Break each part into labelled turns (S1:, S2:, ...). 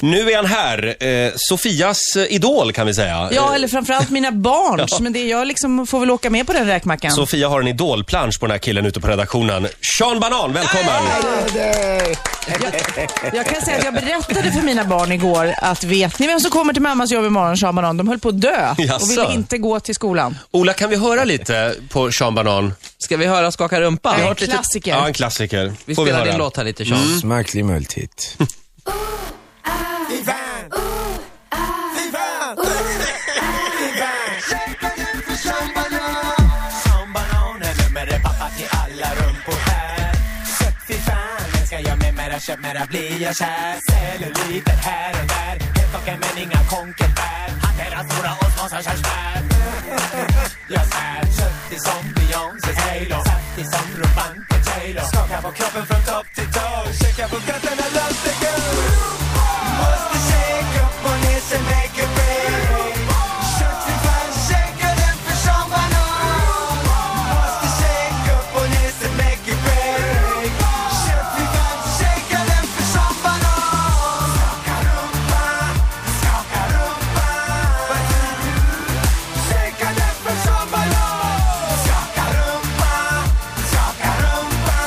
S1: Nu är han här. Eh, Sofias eh, idol kan vi säga. Eh,
S2: Ja, eller framförallt mina barns. Men det, jag liksom får väl åka med på den räkmackan.
S1: Sofia har en idolplansch på den här killen ute på redaktionen. Sean Banan, välkommen!
S2: Jag kan säga att jag berättade för mina barn igår att vet ni vem som kommer till mammas jobb imorgon, Sean Banan? De höll på att dö och
S1: Jaså?
S2: ville inte gå till skolan.
S1: Ola, kan vi höra lite på Sean Banan?
S3: Ska vi höra Skaka rumpa?
S2: Det
S3: Vi,
S2: är
S3: har
S2: en
S3: ett litet,
S2: klassiker.
S1: Ja, en klassiker.
S3: vi Mm.
S1: Får
S3: spelar
S1: höra?
S3: din låt här lite Sean.
S4: Smaklig måltid.
S5: Köp mera blir kär Celluliter här och där Pepparkakor men inga konkelbär Hanterar stora och smakar körsbär Jag svär Köttig som Beyoncé Taylor Saftig som Romante Taylor Skakar på kroppen från topp till tå Shakar på fötterna långt det går Måste shake upp och ner sig make a break Köttig fan shakar den för som banan Måste shake upp och ner sig make a break Köttig fan shakar den för som banan Skaka rumpa, skaka rumpa Vad Shaka den för som ballong Skaka rumpa, skaka rumpa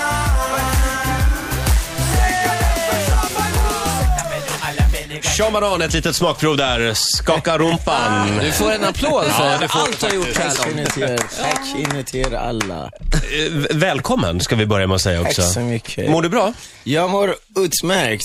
S5: Shaka den för som ballong Sakta men nu alla människor
S1: Sean Banan, ett litet smakprov där. Skaka rumpan.
S3: Ah, Du får en applåd för
S1: det får
S3: allt du har gjort här
S4: Tack
S3: långt.
S4: till er. Tack in till er alla.
S1: Eh, v- Välkommen, ska vi börja med att säga
S4: Tack
S1: också.
S4: så mycket.
S1: Mår du Mm. bra?
S4: Jag mår utmärkt.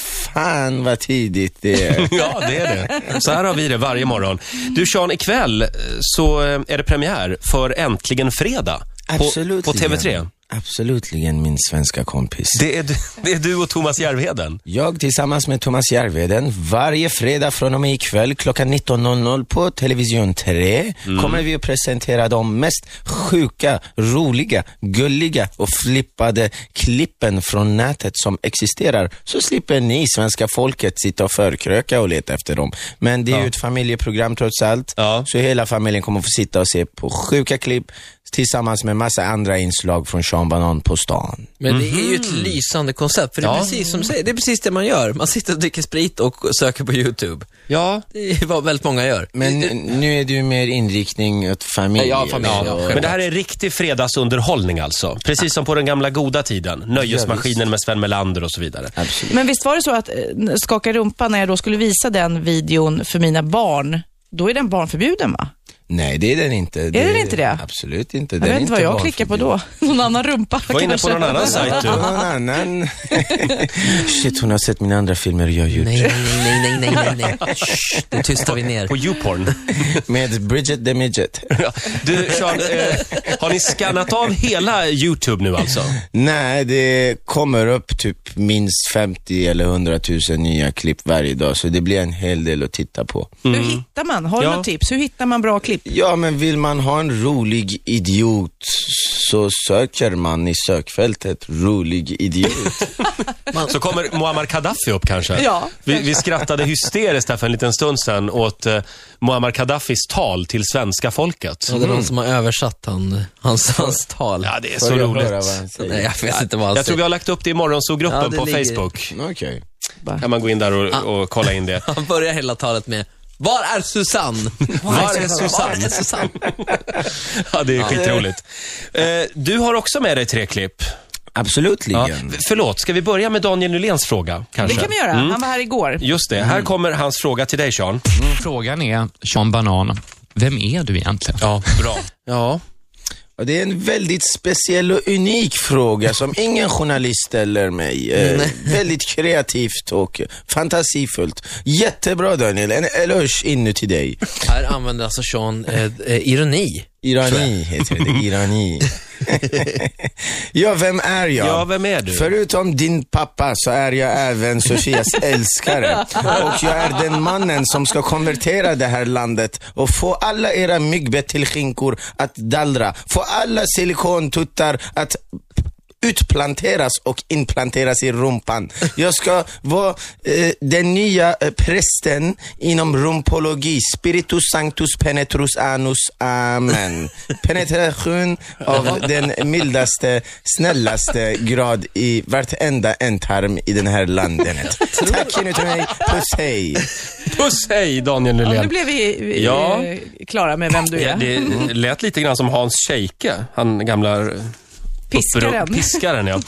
S4: Fan vad tidigt det är.
S1: Ja, det är det. Så här har vi det varje morgon. Du Sean, ikväll eh, så eh, är det premiär för Äntligen Fredag på,
S4: Absolutligen.
S1: på TV3.
S4: Absolutligen min svenska kompis.
S1: Det är, du- det är du och Thomas Järvheden.
S4: Jag tillsammans med Thomas Järvheden varje fredag från och med ikväll klockan 19.00 på Television 3 kommer vi att presentera de mest sjuka, roliga, gulliga och flippade klippen från nätet som existerar. Så slipper ni, svenska folket, sitta och förkröka och leta efter dem. Men det är ju ett familjeprogram trots allt,
S1: Ja.
S4: så hela familjen kommer få sitta och se på sjuka klipp tillsammans med massa andra inslag från Sean Banan på stan.
S3: Men det är ju ett lysande koncept, för det är precis som du säger, det är precis det man gör. Man sitter och dricker sprit och söker på YouTube.
S1: Ja.
S3: Det är vad väldigt många gör.
S4: Men nu är det ju mer inriktning åt familj.
S3: Ja, familj,
S4: och-
S3: ja,
S4: och-
S1: Men det här är riktig fredagsunderhållning alltså. Precis som på den gamla goda tiden. Nöjesmaskinen med Sven Melander och så vidare.
S2: Men visst var det så att eh, Skaka rumpa, när jag då skulle visa den videon för mina barn, då är den barnförbjuden va?
S4: Nej, det är den inte. Är
S2: den inte det?
S4: Absolut inte.
S2: Jag
S4: den
S2: vet
S4: är
S2: inte vad jag
S4: barnfri.
S2: klickar på då. Någon annan rumpa
S1: Var inne på någon annan sajt
S4: Du
S1: du.
S4: har någon annan. Shit, hon har sett mina andra filmer jag har gjort.
S3: Nej, nej, nej, nej, nej, nej, nej. Shh, det tystar vi ner.
S1: På Youporn.
S4: Med Bridget the Midget.
S1: Ja. Du Sean, eh, har ni skannat av hela YouTube nu alltså?
S4: Nej, det kommer upp typ minst 50 eller 100 000 nya klipp varje dag, så det blir en hel del att titta på.
S2: Hur hittar man? Har du
S1: Mm. Ja.
S2: något tips? Hur hittar man bra klipp?
S4: Ja, men vill man ha en rolig idiot så söker man i sökfältet rolig idiot.
S1: Så kommer Muammar Gaddafi upp kanske?
S2: Ja.
S1: Vi, vi skrattade hysteriskt här för en liten stund sedan åt eh, Muammar Gaddafis tal till svenska folket.
S3: Ja, det är någon som har översatt han, hans, hans tal.
S1: Ja, det är
S4: Får
S1: så
S4: jag höra vad
S1: roligt.
S4: han säger?
S3: Nej, jag vet inte vad han
S1: Jag tror vi
S3: säger.
S1: har lagt upp det i morgonsågruppen
S3: Ja, det
S1: på
S3: ligger-
S1: Facebook.
S4: Okej.
S1: Kan man gå in där och, och kolla in det.
S3: Han börjar hela talet med Var är Susanne? Var är Susanne? Var är Susanne?
S1: Ja, det är skitroligt. Mm. Eh, Du har också med dig tre klipp. Ja.
S4: Absolutligen.
S1: Förlåt, ska vi börja med Daniel Nyléns fråga?
S2: Det
S1: Kanske? Mm.
S2: kan vi göra. Han var här igår.
S1: Just det, här kommer hans fråga till dig Sean.
S6: Frågan är, Sean Banan, vem är du egentligen?
S1: Ja, bra. Ja.
S4: Och det är en väldigt speciell och unik fråga som ingen journalist ställer mig. Eh, väldigt kreativt och fantasifullt. Jättebra Daniel, en eloge inuti dig.
S3: Här använder alltså Sean eh, eh, ironi.
S4: Irani heter det, irani. ja, vem är jag?
S1: Ja, vem är du?
S4: Förutom din pappa så är jag även Sofias älskare. Och jag är den mannen som ska konvertera det här landet och få alla era myggbett till skinkor att dallra. Få alla silikontuttar att utplanteras och implanteras i rumpan. Jag ska vara eh, den nya eh, prästen inom rumpologi. Spiritus sanctus penetrus anus. Amen. Penetration av den mildaste, snällaste grad i vartenda ändtarm i den här landet. Tack inuti mig. Puss hej.
S1: Puss hej, Daniel
S2: Ja,
S1: Nylén.
S2: nu blev vi, vi
S1: Ja.
S2: eh, klara med vem du
S1: Ja,
S2: är.
S1: det Mm. lät lite grann som Hans Scheike, han gamla eh,
S2: Piskaren.
S1: uppro- Piskaren ja.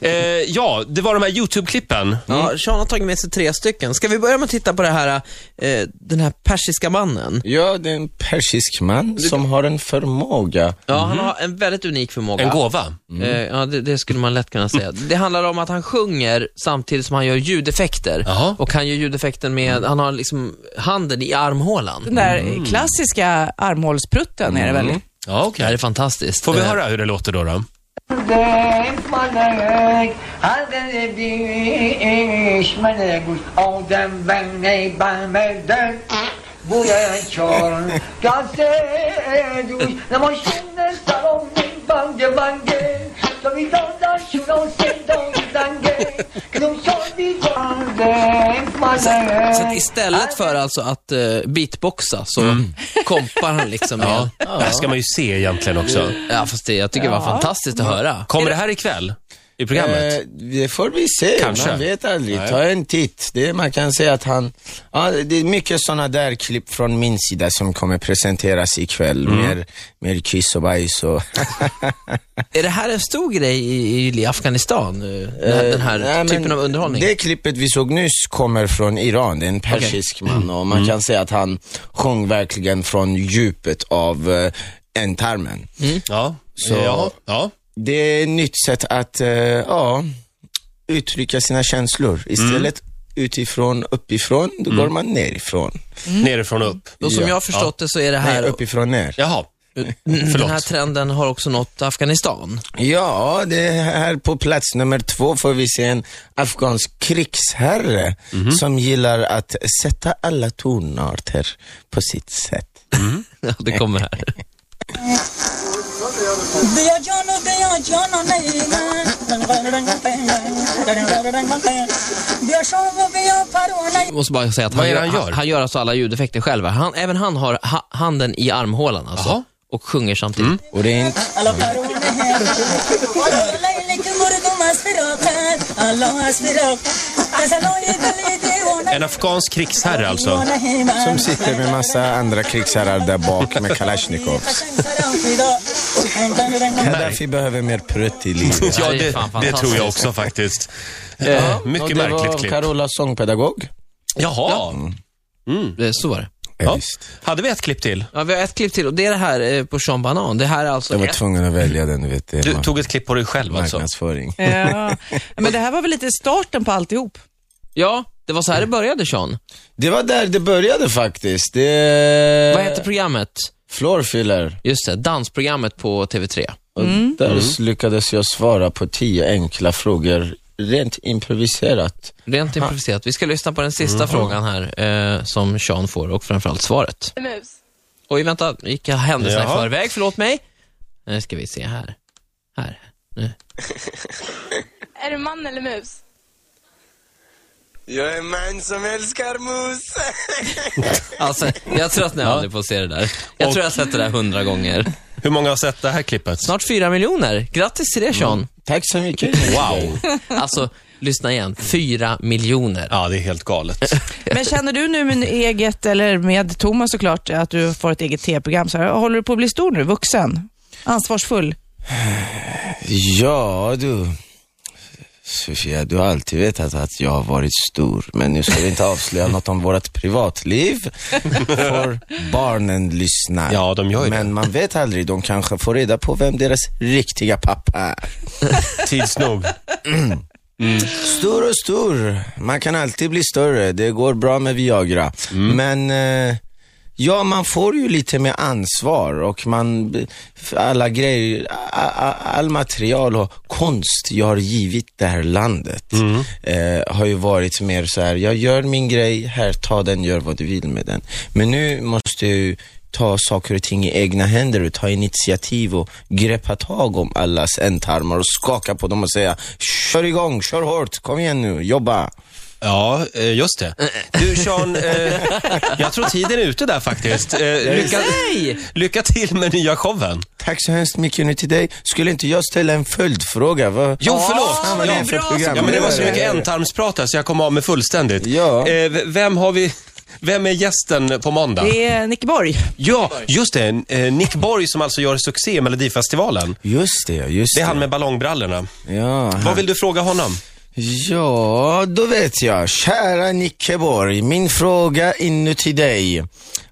S1: Eh, ja, det var de här YouTube-klippen.
S3: Ja, Sean har tagit med sig tre stycken. Ska vi börja med att titta på det här, eh, den här persiska mannen?
S4: Ja, det är en persisk man som har en förmåga.
S3: Ja, han har en väldigt unik förmåga.
S1: Mm. En Mm. gåva.
S3: Eh, ja, det, det skulle man lätt kunna säga. Det handlar om att han sjunger samtidigt som han gör ljudeffekter.
S1: Jaha. Mm.
S3: Och han gör ljudeffekten med, han har liksom handen i armhålan.
S2: Den där klassiska armhålsprutten är det väl?
S1: Ja,
S3: Det
S1: okej.
S3: här är fantastiskt.
S1: Får vi
S3: Eh,
S1: höra hur det låter då? då?
S7: Düşmanlık Halkını değişmene Aldım ben ne bemeden Buraya çor Gazze duş Ama şimdi salon Bange bange Tabi dağda şuna sevdan Zange Kılım son bir
S3: Så att istället för alltså att eh, beatboxa så
S1: Mm.
S3: kompar han liksom med...
S1: Det här ska man ju se egentligen också.
S3: Ja, fast det, jag tycker det var fantastiskt att höra.
S1: Kommer det här ikväll? I programmet?
S4: Eh, det får vi se.
S1: Kanske.
S4: Man vet aldrig. Ta en titt. Det, man kan säga att han... Ja, det är mycket sådana där klipp från min sida som kommer presenteras ikväll.
S3: Mm.
S4: Mer, mer kiss och bajs och...
S3: Är det här en stor grej i, i Afghanistan? eh, Den här, den här
S4: Nej, men
S3: typen av underhållning?
S4: Det klippet vi såg nyss kommer från Iran. Det är en persisk
S3: Mm.
S4: man och man kan säga att han sjöng verkligen från djupet av eh, ändtarmen.
S1: Ja.
S4: Så-
S1: ja. ja.
S4: Det är ett nytt sätt att eh, ja, uttrycka sina känslor. Istället utifrån, uppifrån, då
S1: Mm.
S4: går man nerifrån.
S1: Nerifrån och upp.
S3: Och som
S4: Ja.
S3: jag har förstått det så är det
S4: Nej,
S3: här,
S4: uppifrån ner.
S1: Jaha.
S3: den här
S1: Förlåt.
S3: trenden har också nått Afghanistan.
S4: Ja, det är här på plats nummer två får vi se en afghansk krigsherre
S1: Mhm.
S4: som gillar att sätta alla tonarter på sitt sätt.
S3: Ja, det kommer här.
S8: दिया जानो दिया जानो नहीं मैं रंग रंग रंग पे मैं रंग रंग रंग पे दिया शोभ दिया फरो नहीं
S3: Jag måste bara säga att
S1: Vad
S3: han,
S1: är det
S3: gör,
S1: han gör?
S3: han, han gör alltså alla ljudeffekter själv. här. Han, även han har ha, handen i armhålan alltså.
S1: Jaha.
S3: Och sjunger samtidigt.
S4: Och det är inte...
S8: Allah फरो नहीं अल्लाह लेके मुर्गो मस्फिरो खान अल्लाह मस्फिरो ऐसा लो ये गली देवो
S1: En afghansk krigsherre alltså.
S8: नहीं मैं
S4: Som sitter med massa andra krigsherrar där bak med Kalashnikov.
S8: रंग रंग रंग पे
S4: Gaddafi behöver mer prutt i livet.
S1: Ja,
S3: det är
S1: det,
S3: fan
S1: det
S3: fantastiskt.
S1: tror jag också faktiskt. Eh,
S4: Ja, och
S1: Mycket
S4: det
S1: märkligt
S4: var
S1: klipp.
S4: Carolas sångpedagog.
S1: Jaha.
S3: Eh, Så var det.
S1: Ja. Hade vi ett klipp till?
S3: Ja, vi har ett klipp till och det är det här eh, på Sean Banan. Det här är alltså
S4: Jag var
S3: ett-
S4: tvungen att välja den, du vet. Det är
S1: Du tog ett klipp på dig själv alltså?
S4: marknadsföring.
S2: Ja. Men det här var väl lite starten på alltihop?
S3: Ja, det var så här det började Sean.
S4: Det var där det började faktiskt. Det...
S3: Vad hette programmet?
S4: Floorfiller.
S3: Just det, dansprogrammet på TV3.
S4: Och Där lyckades jag svara på tio enkla frågor, rent improviserat.
S3: Rent improviserat. Vi ska lyssna på den sista frågan här eh, som Sean får och framförallt svaret. Oj, vänta. Gick jag händelserna i
S1: Jaha.
S3: förväg? Förlåt mig. Nu ska vi se här. Här. Nu.
S9: Är du man eller mus?
S10: Jag är en man som älskar mus.
S3: Alltså, jag tröttnar aldrig på att se det där. Jag tror jag har sett det där hundra gånger.
S1: Hur många har sett det här klippet?
S3: Snart fyra miljoner. Grattis till det Sean.
S4: Tack så mycket.
S1: Wow.
S3: Alltså, lyssna igen. Fyra miljoner.
S1: Ja, det är helt galet.
S2: Men känner du nu med eget, eller med Thomas såklart, att du får ett eget tv-program? Så här, håller du på att bli stor nu, vuxen? Ansvarsfull?
S4: Ja, du. Sofia, du har alltid vetat att jag har varit stor, men nu ska vi inte avslöja något om vårt privatliv. För barnen lyssnar.
S1: Ja, de gör ju
S4: Men man vet aldrig, de kanske får reda på vem deras riktiga pappa är.
S1: Tids nog.
S4: Stor och stor. Man kan alltid bli större. Det går bra med Viagra. Men eh, ja, man får ju lite mer ansvar och man, alla grejer, a- a- all material och konst jag har givit det här landet eh, har ju varit mer så här, jag gör min grej, här, ta den, gör vad du vill med den. Men nu måste jag ju ta saker och ting i egna händer och ta initiativ och greppa tag om allas ändtarmar och skaka på dem och säga kör igång, kör hårt, kom igen nu, jobba.
S1: Ja, eh, just det. Du Sean, eh, jag tror tiden är ute där faktiskt. Eh, Lycka, lycka till med nya showen.
S4: Tack så hemskt mycket nu till dig. Skulle inte jag ställa en följdfråga? Vad...
S1: Jo, förlåt.
S4: Fan, vad det är för program.
S1: Ja, men det var så mycket ändtarmsprat här så jag kom av med fullständigt.
S4: Ja.
S1: Eh, v- vem har vi... Vem är gästen på måndag?
S2: Det är Nick Borg.
S1: Ja, just det. Eh, Nick Borg som alltså gör succé i Melodifestivalen.
S4: Just det, just
S1: Det
S4: det.
S1: är han med ballongbrallorna.
S4: Ja,
S1: Vad vill du fråga honom?
S4: Ja, då vet jag. Kära Nickeborg, min fråga inuti dig.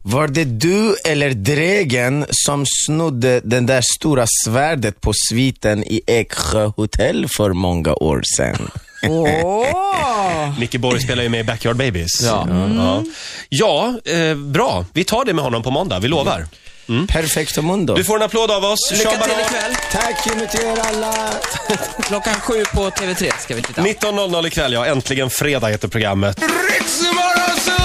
S4: Var det du eller Dregen som snodde den där stora svärdet på sviten i Eksjö hotell för många år sedan?
S2: Åh!
S1: Nicky Borg spelar ju med i Backyard Babies. Ja, ja. ja eh, bra. Vi tar det med honom på måndag, vi lovar.
S4: Perfecto mundo.
S1: Mm. Du får en applåd av oss.
S3: Lycka
S1: Sean
S3: till
S1: Banan.
S3: ikväll.
S4: Tack inuti er alla.
S3: Klockan sju på TV3 ska vi titta.
S1: 19.00 ikväll, ja. Äntligen fredag heter programmet.
S10: Ritzmorgonzoo!